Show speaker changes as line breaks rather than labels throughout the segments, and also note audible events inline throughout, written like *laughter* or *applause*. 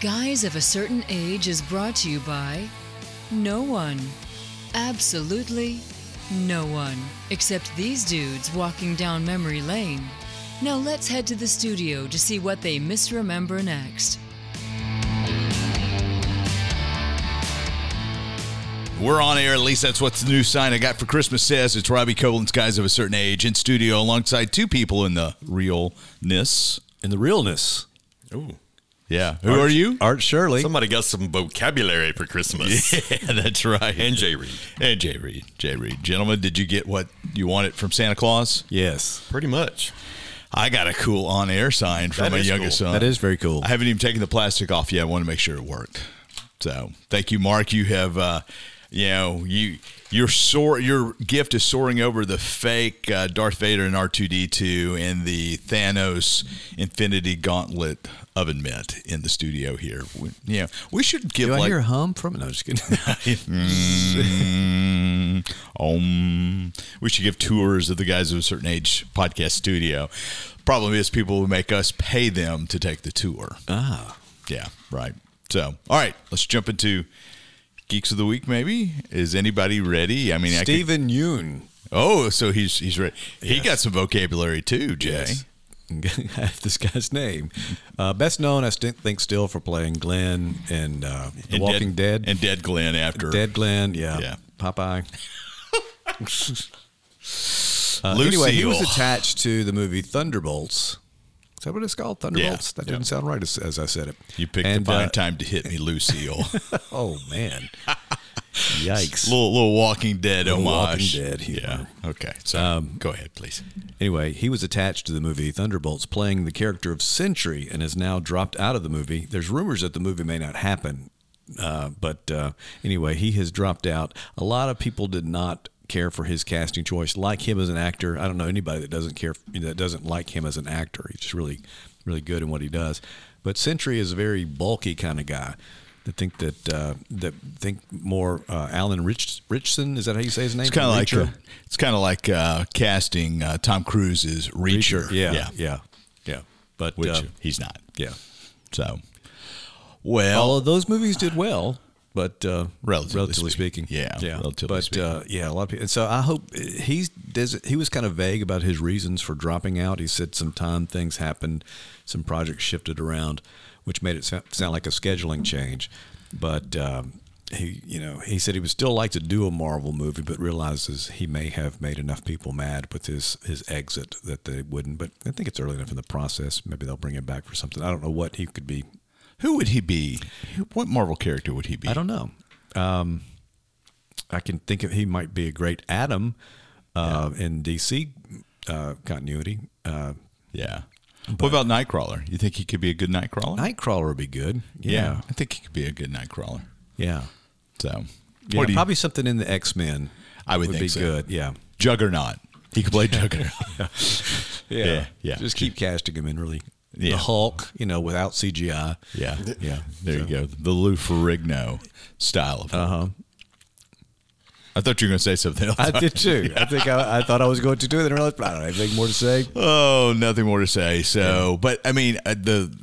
Guys of a Certain Age is brought to you by no one. Absolutely no one. Except these dudes walking down memory lane. Now let's head to the studio to see what they misremember next.
We're on air. At least that's what the new sign I got for Christmas says. It's Robbie Copeland's Guys of a Certain Age in studio alongside two people in the realness.
in the realness.
Ooh.
Yeah. Who are you?
Art Shirley.
Somebody got some vocabulary for *laughs* Christmas.
Yeah, that's right.
And Jay Reed.
And Jay Reed. Jay Reed. Gentlemen, did you get what you wanted from Santa Claus?
yes.
Pretty much.
I got a cool on air sign from
That
my
is
youngest
cool.
son.
That is very cool.
I haven't even taken the plastic off yet. I want to make sure it worked. So thank you, Mark. You have, uh, you know, you your soar, your gift is soaring over the fake uh, Darth Vader and R two D two and the Thanos Infinity Gauntlet oven mitt in the studio here. We, you know, we should give
Do I
like
hear a hum from it? No, I'm just kidding.
*laughs* Mm, *laughs* um, we should give tours of the guys of a certain age podcast studio. Problem is, people will make us pay them to take the tour.
ah.
Yeah, right. So, all right, let's jump into geeks of the week. Maybe is anybody ready? I mean, I could,
*laughs* Stephen Yoon.
oh, so he's he's ready. He
Yes.
got some vocabulary too, Jay.
I have *laughs* this guy's name. Uh, best known, I st- think, still for playing Glenn in uh, The
And
Walking Dead.
and Dead Glenn after
Dead Glenn, yeah.
Yeah. *laughs*
Popeye. Uh,
Lucille.
Anyway, he was attached to the movie Thunderbolts. Is that what it's called? Thunderbolts? That
yeah.
didn't sound right as, as I said it.
you picked
And,
the fine
uh,
time to hit me,
*laughs*
Lucille.
Oh,
*laughs*
man. Yikes.
little little Walking Dead
Little
homage.
Walking Dead Um, humor.
Yeah. Okay. So go ahead, please.
Anyway, he was attached to the movie Thunderbolts, playing the character of Sentry, and is now dropped out of the movie. There's rumors that the movie may not happen, uh, but uh, anyway, he has dropped out. A lot of people did not care for his casting choice, like him as an actor. I don't know anybody that doesn't care that doesn't like him as an actor. He's just really, really good in what he does. But Sentry is a very bulky kind of guy. I think that uh, that think more uh, Alan Rich, Richson. Is that how you say his name?
It's kind of like
Reacher?
uh, it's kind of like uh, casting uh, Tom Cruise's Reacher.
Yeah,
yeah,
yeah, yeah. But
Which
uh,
he's not.
yeah,
So, well,
all of those movies did well, but uh,
Relatively
speaking,
speaking. Yeah,
yeah.
relatively
but Uh, yeah, a lot of people. And so I hope he's does. He was kind of vague about his reasons for dropping out. He said some time things happened, some projects shifted around, which made it sou- sound like a scheduling change. But um, he, you know, he said he would still like to do a Marvel movie, but realizes he may have made enough people mad with his his exit that they wouldn't. But I think it's early enough in the process. Maybe they'll bring him back for something. I don't know what he could be
who would he be? What Marvel character would he be?
Oh. I don't know. Um, I can think of he might be a great Adam uh, in DC uh, continuity. Uh,
Yeah. what about Nightcrawler? You think he could be a good Nightcrawler?
Nightcrawler would be good.
yeah,
Yeah,
I think he could be a good Nightcrawler.
yeah,
So,
yeah.
what do you-
probably something in the X Men.
I would think
be
so.
good. Yeah.
Juggernaut. He could play
*laughs*
Juggernaut.
yeah,
yeah.
Just keep casting him in really.
Yeah.
The Hulk, you know, without CGI.
yeah,
Yeah.
There you go. The Lou Ferrigno style of.
Uh huh.
I thought you were going to say something else.
I did *laughs* too. I think I, I thought I was going to do it, and realized I don't have anything more to say.
*laughs* Oh, nothing more to say. So, but I mean, uh, the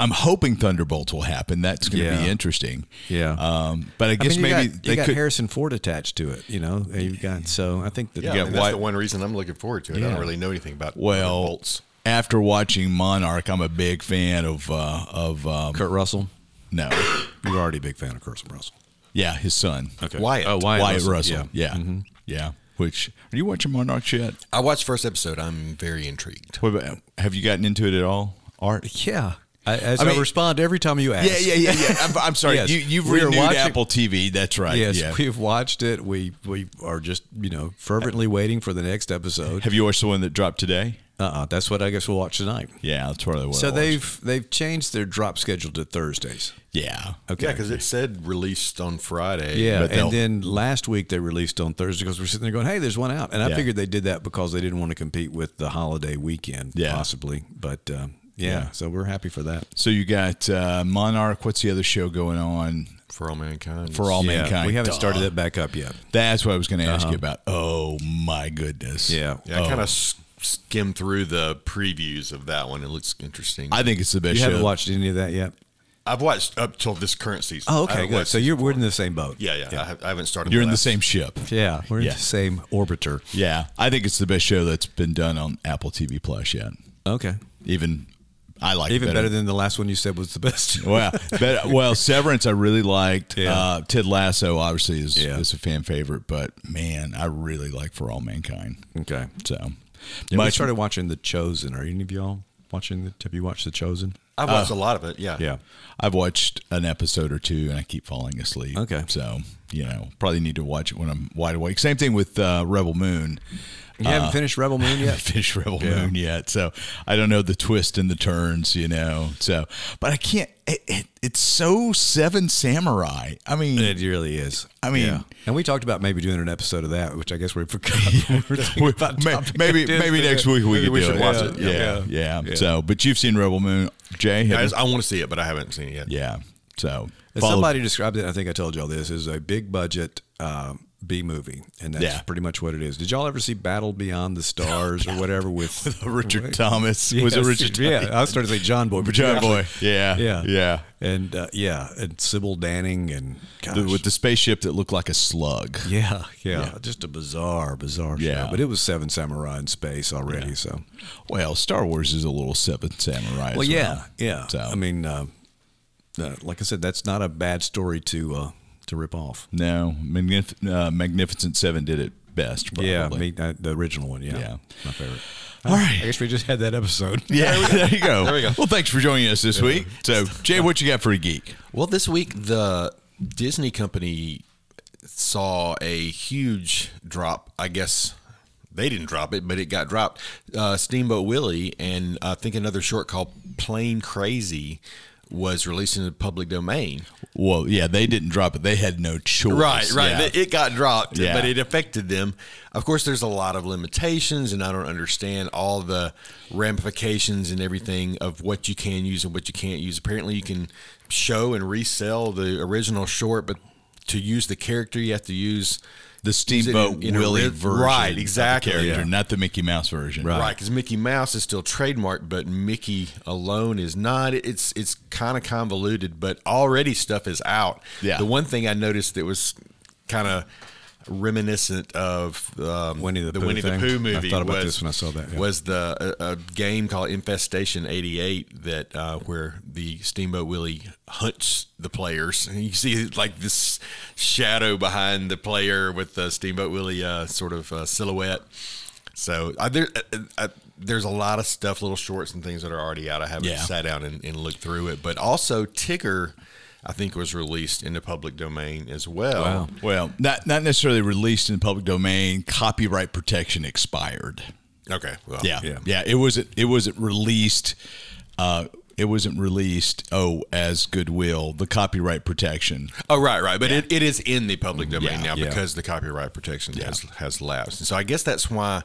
I'm hoping Thunderbolts will happen. That's going to
Yeah.
be interesting.
Yeah.
Um, but I
I
guess
mean, you
maybe
got,
they
you got
could.
Harrison Ford attached to it, you know. And You've got so I think that
Yeah,
got
I mean, that's
white-
the one reason I'm looking forward to it. I
Yeah.
don't really know anything about
well,
bolts.
after watching Monarch, I'm a big fan of uh, of um,
Kurt Russell.
no,
You're already a big fan of Kurt Russell.
yeah, his son
Wyatt.
Oh, Wyatt,
Wyatt
Russell. Mm-hmm.
Russell. Yeah, yeah. Which are you watching Monarch yet?
I watched first episode. I'm very intrigued.
What about, have you gotten into it at all, Art?
Yeah. I, as
I
I,
mean-
respond every time you ask.
Yeah, yeah, yeah,
*laughs*
yeah. I'm, I'm sorry.
Yes.
You, you've
We are
renewed
watching-
Apple TV. That's right.
Yes,
yeah.
we've watched it. We we are just you know fervently waiting for the next
*laughs*
episode.
Have you watched the one that dropped today?
Uh, uh that's what I guess we'll watch tonight.
Yeah, that's probably what. I
So
watched.
they've they've changed their drop schedule to Thursdays.
yeah.
Okay.
Yeah, because it said released on Friday.
Yeah,
But they'll-
and then last week they released on Thursday because we're sitting there going, "Hey, there's one out," and I
Yeah.
figured they did that because they didn't want to compete with the holiday weekend,
Yeah.
possibly. But um, yeah,
Yeah.
so we're happy for that.
So you got uh, Monarch. What's the other show going on
For all mankind.
for all
yeah,
mankind?
we haven't
Duh.
started that back up yet.
That's what I was going to ask you about. Oh my goodness.
Uh-huh.
Oh.
Yeah.
Yeah, I kind of s- skimmed through the previews of that one. It looks interesting.
I think it's the best.
You haven't
show.
watched any of that yet.
I've watched up till this current season.
Oh,
I
okay,
haven't
good.
watched
So
season
you're we're in
four.
the same boat.
Yeah, yeah. I, have, I haven't started.
You're in the
last-
same ship.
yeah, we're in
Yeah.
the same orbiter.
Yeah, I think it's the best show that's been done on Apple TV Plus yet.
Okay,
Even I like it
even better, than the last one you said was the best. *laughs*
well, but, well, Severance I really liked.
Yeah.
Uh, Ted Lasso obviously is
Yeah.
is a fan favorite, but man, I really like For All Mankind.
okay,
So
yeah, we
much-
started watching The Chosen. Are any of y'all watching? The, have you watched The Chosen?
I've watched a lot of it. Yeah.
Yeah.
I've watched an episode or two and I keep falling asleep.
Okay.
so you know probably need to watch it when I'm wide awake. Same thing with uh, Rebel Moon.
You
Uh,
haven't finished Rebel Moon
I *laughs*
yet.
haven't finished Rebel Moon yet, so I don't know the twist and the turns, you know. So, but I can't. It, it, it's so Seven Samurai. I mean,
It really is.
I mean-
and we talked about maybe doing an episode of that, which I guess we *laughs* forgot. We were thinking
We-
about
may-
topic *laughs*
maybe *laughs*
of this,
maybe
but
next week we
maybe
could do
should
it.
watch
yeah.
it.
Yeah. Yeah. So, but you've seen Rebel Moon, Jay?
I,
have
just-
you?
I want to see it, but I haven't seen it yet.
yeah. So
And
follow-
Somebody described it. I think I told y'all this is a big budget um, B movie, and that's
Yeah.
pretty much what it is. Did y'all ever see Battle Beyond the Stars
*laughs*
or whatever with
Richard Thomas was it
Yes.
Richard?
Yeah, I was starting to say John Boy, but
John
yeah.
Boy. Yeah.
*laughs* Yeah,
Yeah.
and uh, yeah, and Sybil Danning, and gosh,
The- with the spaceship that looked like a slug.
yeah, yeah, just a bizarre, bizarre
Yeah.
show. But it was Seven Samurai in space already, so
Well, Star Wars is a little Seven Samurai. as
well, yeah, yeah.
So-
I mean, uh, uh, like I said, that's not a bad story to uh, to rip off.
No, Magnif- uh, Magnificent Seven did it best. Probably.
Yeah, me, uh, the original one. Yeah,
Yeah.
my favorite.
All right.
I guess we just had that episode.
yeah, *laughs* there you go.
There we go.
Well, thanks for joining us this week. So, Jay, what you got for a geek?
Well, this week the Disney company saw a huge drop. I guess they didn't drop it, but it got dropped. Uh, Steamboat Willie and I think another short called Plain Crazy was released in the public domain.
Well, yeah, they didn't drop it. They had no choice.
Right, right.
Yeah.
It- It got dropped,
Yeah.
but it affected them. Of course, there's a lot of limitations, and I don't understand all the ramifications and everything of what you can use and what you can't use. Apparently, you can show and resell the original short, but to use the character, you have to use
the
use it in-
Steamboat
in a
Willie
ri-
version,
Right,
of the
exactly.
character, not the Mickey Mouse version,
Right, because Mickey Mouse is still trademarked, but Mickey alone is not. It's it's kind of convoluted, but already stuff is out.
Yeah.
The one thing I noticed that was kind of reminiscent of um,
Winnie the Pooh
Winnie
thing.
the Pooh
I
movie.
thought about
was,
this when I saw that, yeah.
Was the a, a game called Infestation '88 that uh, where the Steamboat Willie hunts the players, *laughs* and you see like this shadow behind the player with the Steamboat Willie uh, sort of uh, silhouette. So uh, there, uh, uh, there's a lot of stuff, little shorts and things that are already out. I haven't
Yeah.
sat down and, and looked through it, but also Tigger, I think, was released in the public domain as well.
Wow.
Well, not not necessarily released in the public domain. Copyright protection expired.
Okay. Well,
Yeah,
Yeah.
yeah, It wasn't it wasn't released. Uh, it wasn't released. Oh, as goodwill, the copyright protection.
Oh, right, right. But it, it is in the public domain
Yeah.
now
Mm-hmm. Yeah.
because the copyright protection has, has lapsed. And so I guess that's why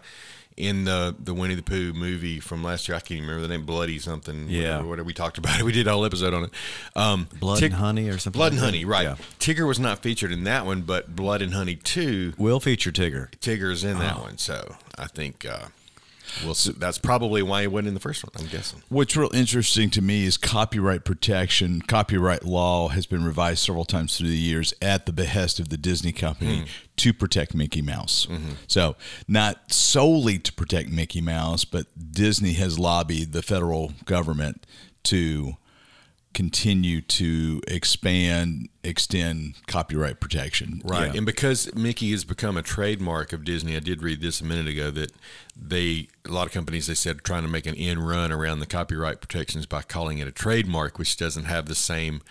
in the, the Winnie the Pooh movie from last year, I can't even remember the name, Bloody something.
Yeah.
Whatever, whatever we talked about it. *laughs* We did a whole episode on it. Um,
*laughs* Blood and Honey or something like
Blood and
that.
Honey, right.
Yeah.
Tigger was not featured in that one, but Blood and Honey 2
Will feature Tigger.
Tigger's in that one, so I think uh, we'll. See. That's probably why he went in the first one. I'm guessing.
What's real interesting to me is copyright protection. Copyright law has been revised several times through the years at the behest of the Disney company to protect Mickey Mouse. So, not solely to protect Mickey Mouse, but Disney has lobbied the federal government to continue to expand, extend copyright protection.
Right, and because Mickey has become a trademark of Disney, I did read this a minute ago that they a lot of companies they said are trying to make an end run around the copyright protections by calling it a trademark, which doesn't have the same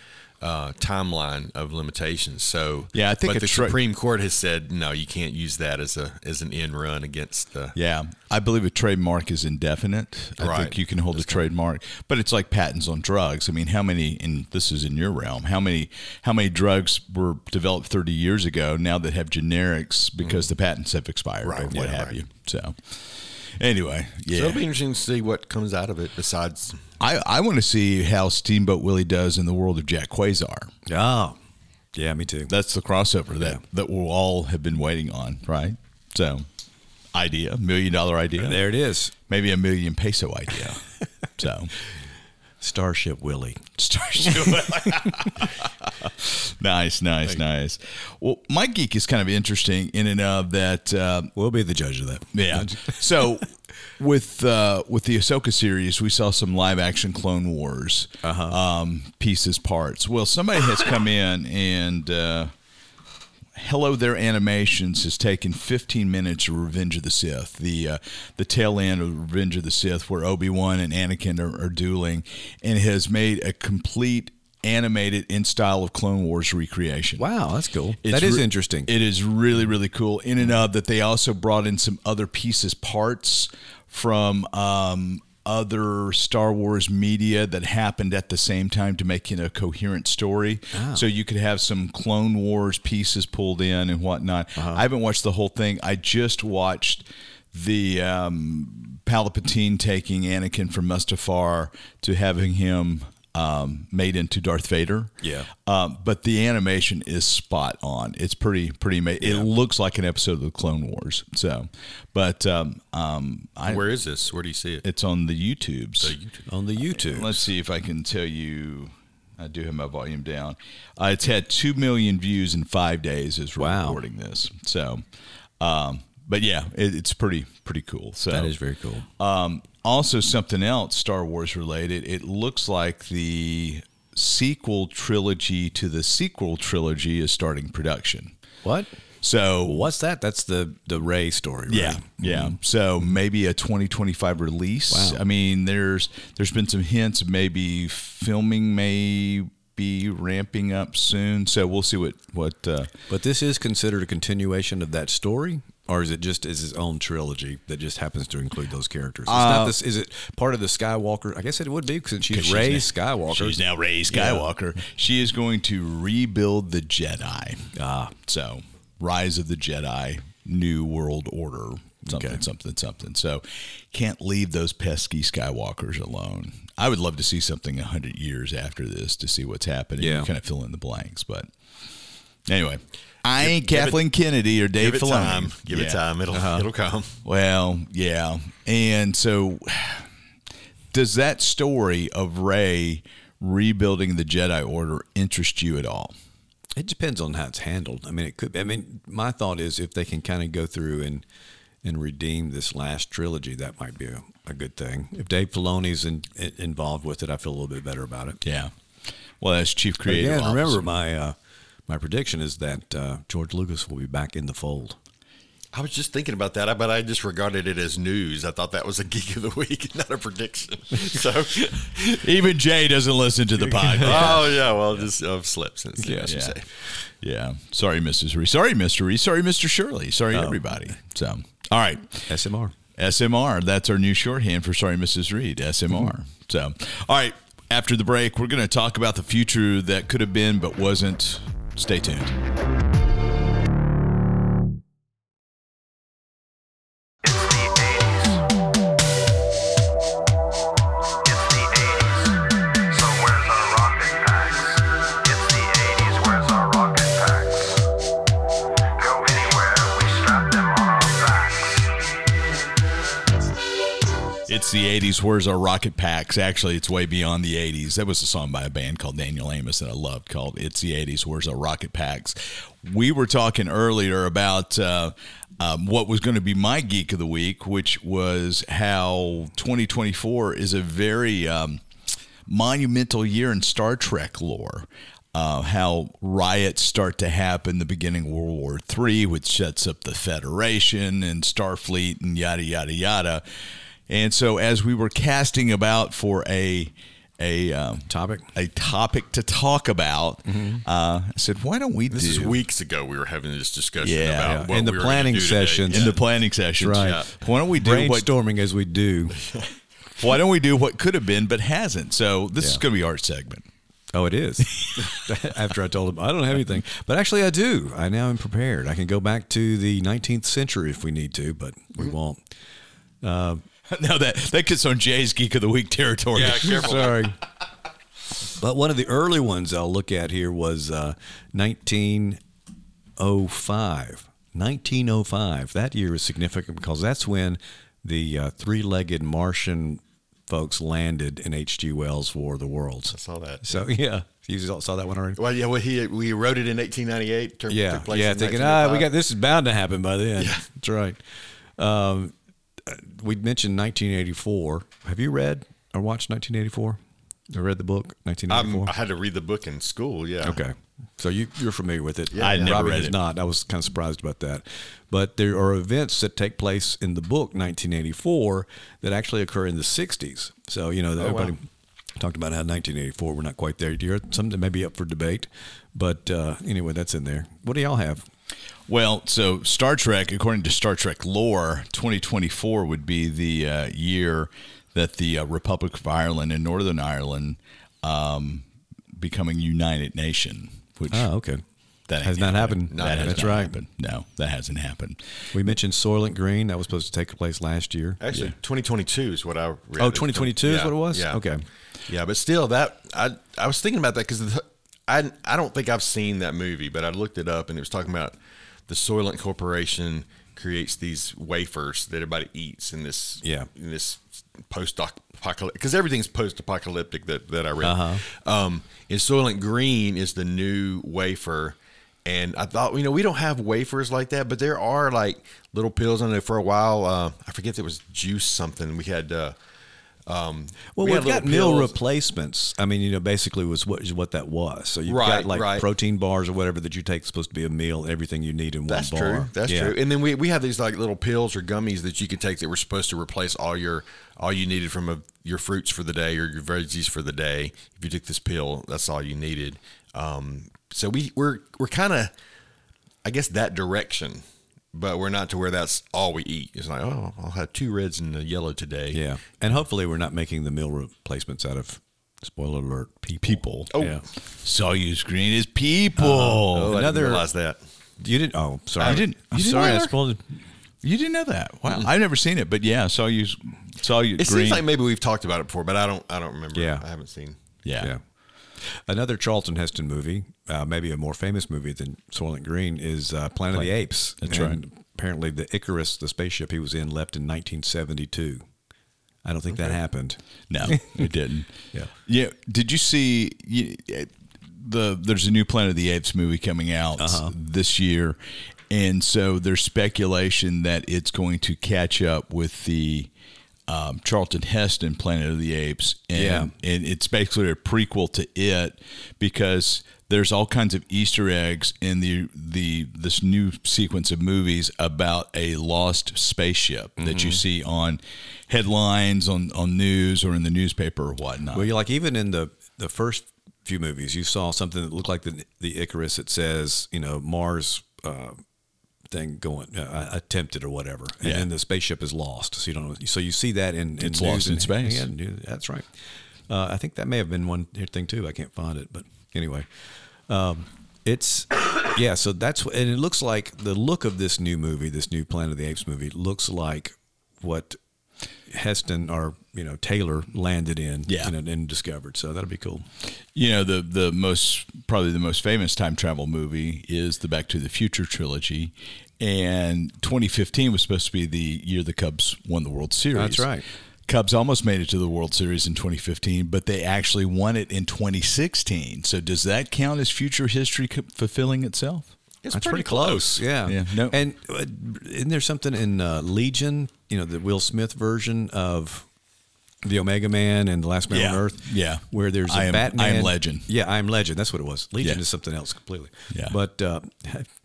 uh, timeline of limitations. So
Yeah, I think a
but the
tra-
Supreme Court has said no, you can't use that as a as an end run against the.
Yeah, I believe a trademark is indefinite. I think
Right.
you can hold a trademark, but it's like patents on drugs. I mean, how many? And this is in your realm. How many? How many drugs were developed 30 years ago now that have generics because the patents have expired or
Mm. Right,
what
yeah,
have
right.
you? So, anyway,
So
yeah,
it'll be interesting to see what comes out of it besides
I I want to see how Steamboat Willie does in the world of Jack Quasar.
Oh, yeah, me too.
That's the crossover that that we'll all have been waiting on, right? So, idea, million dollar idea.
There it is.
*laughs*
maybe a million peso idea. so
Starship Willie. *laughs*
*laughs* nice, nice, nice. Well, my geek is kind of interesting in and of that. Uh,
We'll be the judge of that.
yeah. *laughs* so with uh, with the Ahsoka series, we saw some live action Clone Wars um, pieces, parts. Well, somebody has come in and. Uh, Hello There Animations has taken 15 minutes of Revenge of the Sith, the uh, the tail end of Revenge of the Sith, where Obi Wan and Anakin are, are dueling, and has made a complete animated in style of Clone Wars recreation.
Wow, that's cool.
It's
that is
re-
interesting.
It is really, really cool. In and of that, they also brought in some other pieces, parts from um, other Star Wars media that happened at the same time to make it a coherent story.
Ah.
So you could have some Clone Wars pieces pulled in and whatnot.
Uh-huh.
I haven't watched the whole thing. I just watched the um, Palpatine taking Anakin from Mustafar to having him. Um, made into Darth Vader.
Yeah.
Um, but the animation is spot on. It's pretty, pretty. Ma- It looks like an episode of the Clone Wars. So, but um, um, I,
Where is this? Where do you see it?
it's on the YouTubes.
on the YouTube.
Let's see if I can tell you. I do have my volume down. Uh, it's had two million views in five days as we're
Wow.
recording this. So, um, but yeah, it, it's pretty, pretty cool. So
That is very cool.
um, also, something else Star Wars related. It looks like the sequel trilogy to the sequel trilogy is starting production.
What?
So,
What's that? That's the the Ray story. Right? Mm-hmm.
yeah, yeah. So maybe a 2025 release.
Wow.
I mean, there's there's been some hints. of Maybe filming may be ramping up soon. So we'll see what what. Uh,
But this is considered a continuation of that story, or is it just is its own trilogy that just happens to include those characters? It's not this. Is it part of the Skywalker? I guess it would be since Uh, she's Ray Skywalker.
She's now Ray Skywalker. She is going to rebuild the Jedi. Ah. So, Rise of the Jedi, New World Order, something,
Okay.
something, something. So, can't leave those pesky Skywalkers alone. I would love to see something 100 years after this to see what's happening.
Yeah.
You kind of fill in the blanks. But anyway, I ain't Kathleen Kennedy or Dave
Give it
Filoni.
time. Give it
Yeah.
time. It'll
Uh-huh.
it'll come.
Well, yeah. And so does that story of Ray rebuilding the Jedi Order interest you at all?
It depends on how it's handled. I mean, it could. I mean, my thought is if they can kind of go through and and redeem this last trilogy, that might be a, a good thing. If Dave Filoni's in, in- involved with it, I feel a little bit better about it.
Yeah. Well, as chief
But
creative
again,
officer.
remember my uh, my prediction is that uh, George Lucas will be back in the fold.
I was just thinking about that, but I just regarded it as news. I thought that was a geek of the week, *laughs* not a prediction. So,
*laughs*
*laughs* even Jay doesn't listen to the podcast.
oh yeah, well, just I've slept since. then, I should *laughs*
yeah.
say.
yeah. Sorry, Mrs. Reese. Sorry, Mr. Reese. Sorry, Mr. Shirley. Sorry, everybody. So, all right.
SMR.
SMR. That's our new shorthand for sorry, Mrs. Reed. SMR. So, all right. After the break, we're going to talk about the future that could have been but wasn't. Stay tuned. It's the 80s. Where's our rocket packs? Actually, it's way beyond the 80s. That was a song by a band called Daniel Amos that I loved called It's the 80s. Where's our rocket packs? We were talking earlier about uh, um, what was going to be my geek of the week, which was how 2024 is a very. Um, monumental year in Star Trek lore. Uh, how riots start to happen, the beginning of World War III, which sets up the Federation and Starfleet and yada yada yada. And so, as we were casting about for a a um,
Topic.
a topic to talk about, uh, I said, "Why don't we
This
do
is weeks ago we were having this discussion
Yeah,
about
yeah.
what
In the
we were gonna
planning
do today.
sessions.
in the planning sessions?
Right.
Yeah. Why don't we do what
Brainstorming as we *laughs* do.
Why don't we do what could have been but hasn't? So this is
Yeah.
going to be our segment. *laughs*
Oh, it is. *laughs* After I told him I don't have anything, but actually I do. I now am prepared. I can go back to the 19th century if we need to, but we won't.
no, that that gets on Jay's geek of the week territory. *laughs*
Yeah, careful.
Sorry. But one of the early ones I'll look at here was uh, 1905. 1905. That year is significant because that's when the uh, three legged Martian folks landed in H.G. Wells' War of the Worlds.
I saw that.
So yeah, you saw that one already.
Well, yeah, well, he we wrote it in 1898. Turned,
yeah,
took place
yeah.
in
Thinking, ah, we
1905.
got this is bound to happen by then. That's right. Um, uh, we mentioned 1984. Have you read or watched 1984? Or read the book
I'm-
1984?
I had to read the book in school. Yeah.
Okay. So you, you're familiar with it.
Yeah, I yeah.
never
Robin
read
is
it.
not. I was kind of surprised about that. But there are events that take place in the book 1984 that actually occur in the 60s. So, you know,
Oh,
everybody talked about how 1984, we're not quite there yet. Some that may be up for debate. But uh, anyway, that's in there. What do y'all have?
Well, so Star Trek, according to Star Trek lore, 2024 would be the uh, year that the uh, Republic of Ireland and Northern Ireland um, becoming united nation. Which
Oh, okay.
that
has
ain't
not happened.
That has
That's
not
right.
happened. No, that hasn't happened.
We mentioned Soylent Green. That was supposed to take place last year.
Actually, 2022 is what I read.
Oh, 2022 is what it was?
Yeah.
Okay.
Yeah, but still, that I I was thinking about that because I I don't think I've seen that movie, but I looked it up and it was talking about the Soylent Corporation creates these wafers that everybody eats in this
Yeah.
in this post apocalyptic because everything's post apocalyptic that that I read. Um, and Soylent Green is the new wafer. And I thought, you know, we don't have wafers like that, but there are like little pills. I know for a while, uh, I forget there was juice something. We had uh,
Well,
We
we
had
have got
little
meal
pills.
replacements. I mean, you know, basically was what is what that was. So you've got
Right,
like
right.
protein bars or whatever that you take is supposed to be a meal, everything you need in
That's
one bar.
true. That's
Yeah.
true. And then we, we have these like little pills or gummies that you can take that were supposed to replace all your all you needed from a, your fruits for the day or your veggies for the day. If you took this pill, that's all you needed. Um, so we we're we're kind of I guess that direction, but we're not to where that's all we eat. It's like oh, I'll have two reds and a yellow today.
Yeah. And hopefully we're not making the meal replacements out of spoiler alert people.
People.
Oh.
Yeah.
Soyuz Green is people.
Oh, I
Another-
didn't realize that.
You didn't oh sorry.
I didn't-
I'm
you didn't
sorry, I
either?
spoiled
you didn't know that? Wow, I've never seen it, but yeah, Soyuz, Soyuz Green.
It seems like maybe we've talked about it before, but I don't I don't remember.
Yeah.
I haven't seen.
yeah.
Yeah. Another Charlton Heston movie, uh, maybe a more famous movie than Soylent Green, is uh, Planet of the Apes. That's right. Apparently, the Icarus, the spaceship he was in, left in 1972. I don't think that happened.
No, it didn't.
Yeah.
Yeah. Did you see you, eh, the? There's a new Planet of the Apes movie coming out this year, and so there's speculation that it's going to catch up with the. Um, Charlton Heston, Planet of the Apes, and,
Yeah.
and it's basically a prequel to it because there's all kinds of Easter eggs in the the this new sequence of movies about a lost spaceship that you see on headlines on on news or in the newspaper or whatnot.
Well, you like even in the the first few movies, you saw something that looked like the the Icarus. It says, you know, Mars. Uh, thing going uh, attempted or whatever and
Yeah.
then the spaceship is lost so you don't know so you see that in, in
It's lost
news
in
and-
space.
yeah, news- that's right uh, i think that may have been one thing too i can't find it but anyway um, it's yeah so that's and it looks like the look of this new movie this new planet of the apes movie looks like what Heston or you know Taylor landed in
Yeah.
and, and discovered. So that'll be cool.
You know, the the most probably the most famous time travel movie is the Back to the Future trilogy. And 2015 was supposed to be the year the Cubs won the World Series.
That's right.
Cubs almost made it to the World Series in 2015, but they actually won it in 2016. So does that count as future history co- fulfilling itself?
It's
That's pretty, close. Yeah.
Yeah, no.
And uh, isn't there something in uh, Legion? You know the Will Smith version of the Omega Man and the Last Man
Yeah.
on Earth.
Yeah.
Where there's a
I am-
Batman.
I am Legend.
Yeah, I am Legend. That's what it was. Legion
Yeah.
is something else completely.
Yeah.
But uh,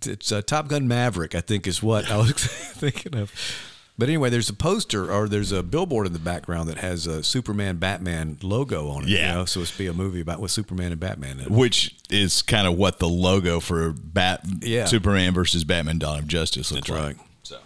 it's uh, Top Gun Maverick. I think is what I was *laughs* thinking of. But anyway, there's a poster or there's a billboard in the background that has a Superman Batman logo on it. you
Yeah.
know? So it's be a movie about with Superman and Batman. In it.
Which is kind of what the logo for Bat
Yeah.
Superman versus Batman Dawn of Justice looked like.
So,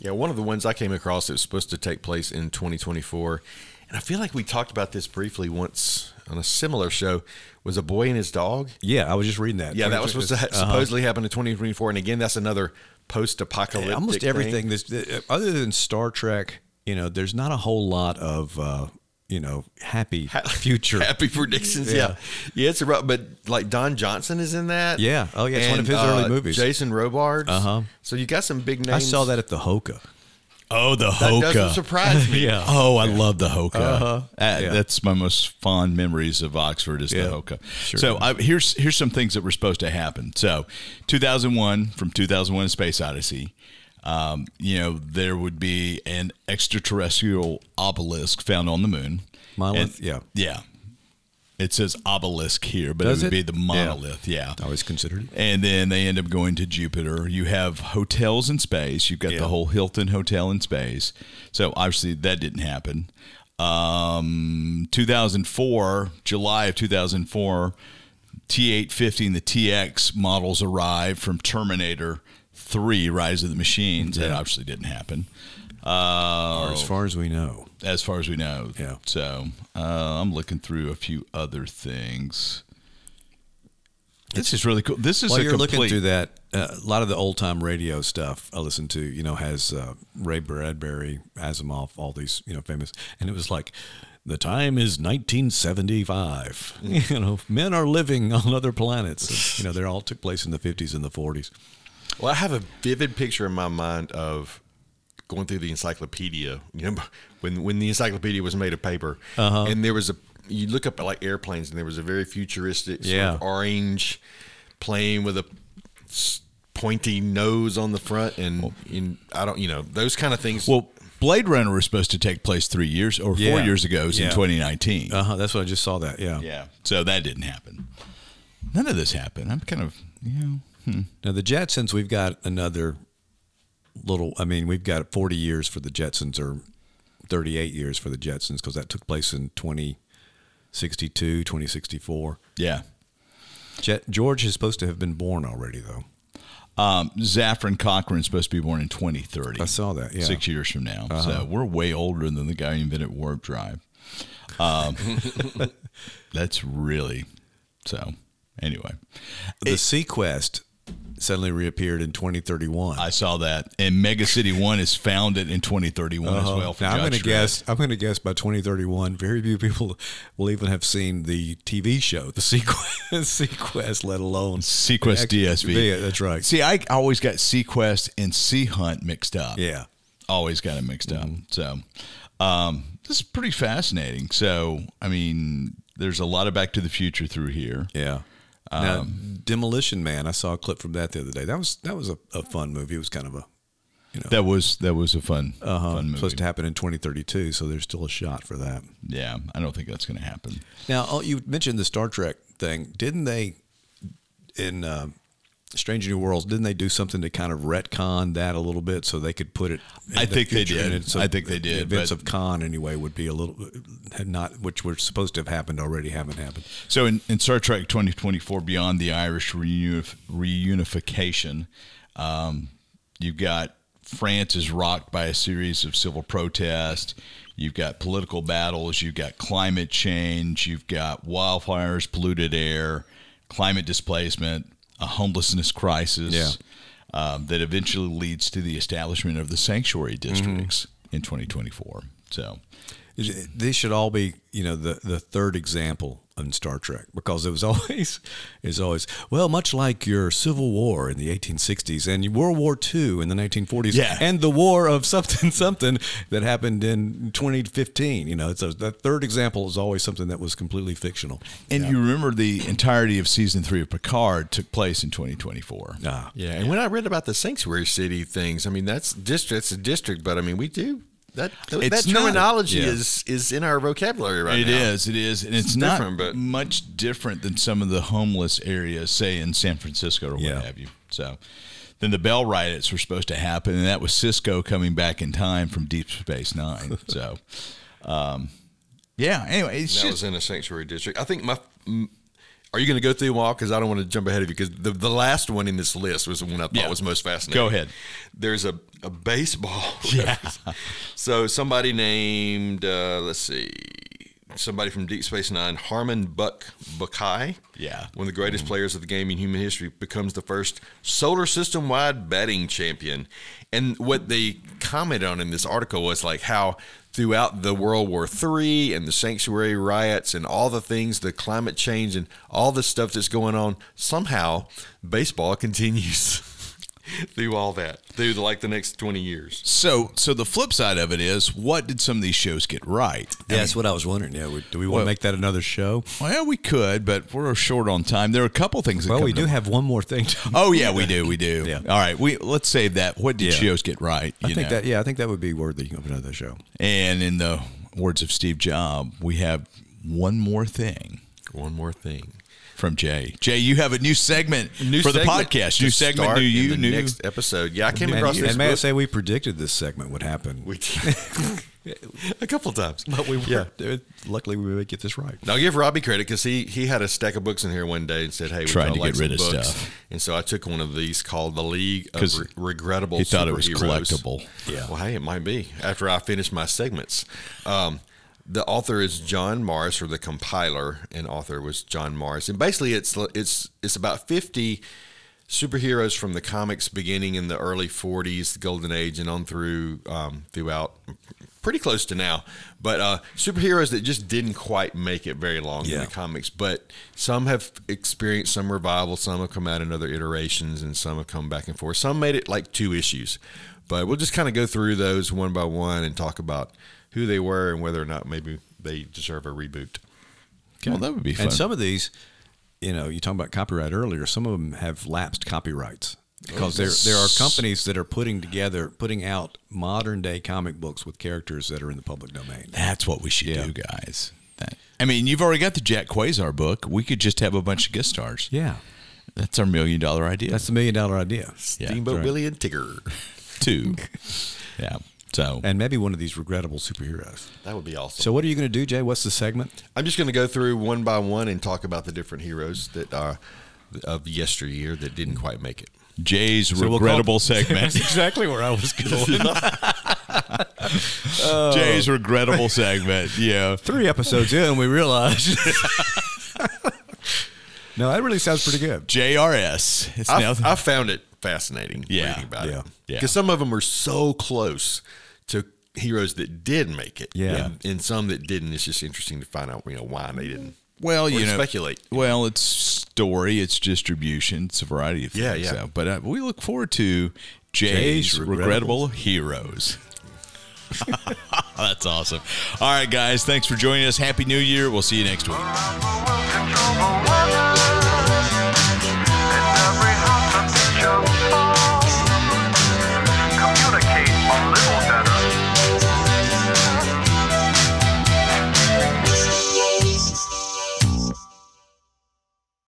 yeah, one of the ones I came across that was supposed to take place in 2024, and I feel like we talked about this briefly once on a similar show, was a boy and his dog.
Yeah, I was just reading that.
Yeah, that was supposed to ha-
Uh-huh.
supposedly happen in 2024, and again, that's another post-apocalyptic.
almost
thing.
everything. This th- other than Star Trek, you know, there's not a whole lot of uh, you know happy
Ha- *laughs*
future.
Happy predictions. Yeah. yeah. it's a rough, but like Don Johnson is in that.
Yeah. Oh, yeah, it's one of his early movies.
Jason Robards.
Uh-huh.
So you got some big names.
I saw that at the Hoka.
Oh, the
That
Hoka.
doesn't
*laughs*
surprise me.
Yeah.
Oh, I love the Hoka.
Uh-huh.
Uh,
Yeah.
That's my most fond memories of Oxford is
Yeah.
the Hoka. So I, here's here's some things that were supposed to happen. So 2001 from 2001: A Space Odyssey. Um, you know there would be an extraterrestrial obelisk found on the moon.
Monolith?
And-
Yeah.
yeah. It says obelisk here, but
Does
it would
it?
be the
Yeah.
monolith. Yeah.
I always considered it.
And then they end up going to Jupiter. You have hotels in space. You've got
Yeah.
the whole Hilton Hotel in space. So obviously that didn't happen. Um, 2004, July of 2004, T850 and the TX models arrived from Terminator 3, Rise of the Machines. That obviously didn't happen
Or as far as we know.
as far as we know.
Yeah.
So uh, I'm looking through a few other things. This is really cool. This is
While
a
you're looking
complete-
through that, uh, a lot of the old time radio stuff I listen to, you know, has uh, Ray Bradbury, Asimov, all these, you know, famous. And it was like, the time is 1975. *laughs* you know, men are living on other planets. And, you know, they all took place in the 50s and the 40s.
Well, I have a vivid picture in my mind of going through the encyclopedia. You know, *laughs* when when the encyclopedia was made of paper,
Uh-huh.
and there was a you look up at like airplanes, and there was a very futuristic, sort
Yeah.
of orange plane with a s- pointy nose on the front, and in I don't, you know, those kind of things.
Well, Blade Runner was supposed to take place three years or four
Yeah.
years ago. It was
Yeah.
in 2019.
Uh huh. That's what I just saw that. Yeah.
yeah. So that didn't happen. None of this happened. I'm kind of, you know.
Now, the Jetsons, we've got another little, I mean, we've got 40 years for the Jetsons or 38 years for the Jetsons because that took place in 2062, 2064.
Yeah.
Jet, George is supposed to have been born already, though.
Um, Zafran Cochran's supposed to be born in 2030.
I saw that, yeah. Uh-huh.
Six years from now. So we're way older than the guy who invented warp drive.
*laughs*
Um, that's really so. Anyway,
The Sequest suddenly reappeared in 2031.
I saw that, and Mega City One is founded in 2031 as well. for
Uh-huh. now, I'm
John
going to
Schrader.
guess. I'm going to guess by 2031, very few people will even have seen the TV show, the Sequest, *laughs* Sequest let alone
Sequest
Ex-
DSV.
Yeah, that's right.
See, I always got Sequest and Sea Hunt mixed up.
yeah,
Always got it mixed up. So, um, this is pretty fascinating. So, I mean, there's a lot of Back to the Future through here.
yeah.
Um,
now, Demolition Man. I saw a clip from that the other day. That was that was a, a fun movie. It was kind of a um,
That was that was a fun,
Uh-huh.
fun movie.
supposed to happen in 2032, so there's still a shot for that.
yeah, I don't think that's going to happen.
Now, oh, you mentioned the Star Trek thing. Didn't they, in uh, Strange New Worlds, didn't they do something to kind of retcon that a little bit so they could put it? in
I
the
think they
future?
did.
And it's a-
I think they
The
did,
events
but-
of Khan, anyway, would be a little had not, which were supposed to have happened already, haven't happened.
So in, in Star Trek 2024 Beyond the Irish reunif- reunification, um, you've got France is rocked by a series of civil protests. You've got political battles. You've got climate change. You've got wildfires, polluted air, climate displacement, a homelessness crisis
Yeah.
um, that eventually leads to the establishment of the sanctuary districts in 2024. So,
These should all be, you know, the, the third example in Star Trek because it was *laughs* always, is always well, much like your Civil War in the 1860s and World War II in the 1940s,
Yeah.
and the War of *laughs* something something that happened in 2015. You know, so that third example is always something that was completely fictional.
And you remember the entirety of season three of Picard took place in 2024.
Ah,
yeah, and when I read about the sanctuary city things, I mean that's district, it's a district, but I mean we do that. That,
It's not-
terminology
yeah.
is is in our vocabulary right
It
now.
is, it is, and it's, not
different, but-
much different than some of the homeless areas, say in San Francisco or what
Yeah.
have you. So, then the bell riots were supposed to happen, and that was Cisco coming back in time from Deep Space
*laughs*
Nine. so, um, yeah. Anyway, it's
That
just
was in a sanctuary district. I think my. mm, Are you going to go through them all? Because I don't want to jump ahead of you. Because the, the last one in this list was the one I thought
Yeah.
was most fascinating.
go ahead.
There's a, a baseball. *laughs* reference. so somebody named, uh, let's see, somebody from Deep Space Nine, Harmon Buck Buckeye.
Yeah.
One of the greatest players of the game in human history becomes the first solar system wide batting champion. And what they commented on in this article was like how throughout the World War III and the sanctuary riots and all the things, the climate change and all the stuff that's going on, somehow baseball *laughs* continues. through all that, through the, like the next 20 years.
So, so the flip side of it is, what did some of these shows get right?
Yeah, that's what I was wondering. Yeah, we, do we want
Well-
to make that another show?
Well, we could, but we're short on time. There are a couple things. That
Well,
come
we
to
do have one more thing. *laughs* To,
Oh yeah, we do. We do.
Yeah.
All right. We let's save that. What did
Yeah.
shows get right?
I
you
think
know?
that. Yeah, I think that would be worthy of another show.
And in the words of Steve Jobs, we have one more thing
One more thing.
from Jay. Jay, you have a new segment for
segment
the podcast.
to
New segment.
start
New
in
you.
the
new.
next episode. Yeah, I came
And,
across this
and may I
book-
say we predicted this segment would happen,
we *laughs* a couple times.
but we were, luckily we would get this right.
Now, I'll give Robbie credit because he he had a stack of books in here one day and said, "Hey, we
Tried to
like
get rid
some
of
books."
stuff.
And so I took one of these called "The League of
'Cause
Re- Regrettable."
he thought it was
Superheroes.
collectible.
Yeah. Well, hey, it might be after I finish my segments. Um, the author is John Morris, or the compiler and author was John Morris, and basically it's it's it's about fifty superheroes from the comics beginning in the early 40s the golden age and on through um, throughout pretty close to now but uh, superheroes that just didn't quite make it very long in
Yeah.
the comics but some have experienced some revival some have come out in other iterations and some have come back and forth some made it like two issues but we'll just kind of go through those one by one and talk about who they were and whether or not maybe they deserve a reboot
Well, that would be fun.
And some of these, you know, you talking about copyright earlier. Some of them have lapsed copyrights because there there are companies that are putting together, putting out modern day comic books with characters that are in the public domain.
That's what we should do, guys. That- I mean, you've already got the Jack Quasar book. We could just have a bunch of guest stars.
Yeah,
That's our million dollar idea.
that's the million dollar idea.
Yeah,
steamboat
right.
willie and tigger
two.
*laughs*
yeah. So
And maybe one of these regrettable superheroes.
that would be awesome
So, what are you going to do, Jay? What's the segment?
I'm just going to go through one by one and talk about the different heroes that are of yesteryear that didn't quite make it.
Jay's
we'll call-
regrettable
*laughs*
segment.
exactly where I was going. Oh.
Jay's regrettable segment. Yeah.
Three episodes in, we *laughs* realized. no, that really sounds pretty good.
JRS. It's
I,
now
I found it fascinating
Yeah,
reading about
yeah,
it
yeah.
because some of them were so close to heroes that did make it.
Yeah.
and, and some that didn't. It's just interesting to find out you know why they didn't.
well, you
or
know,
speculate.
Well, it's story, it's distribution, it's a variety of things.
Yeah, yeah.
So, but uh, we look forward to Jay's,
Jay's
regrettable *laughs* heroes. That's awesome. All right, guys, thanks for joining us. Happy New Year. We'll see you next week.
Control.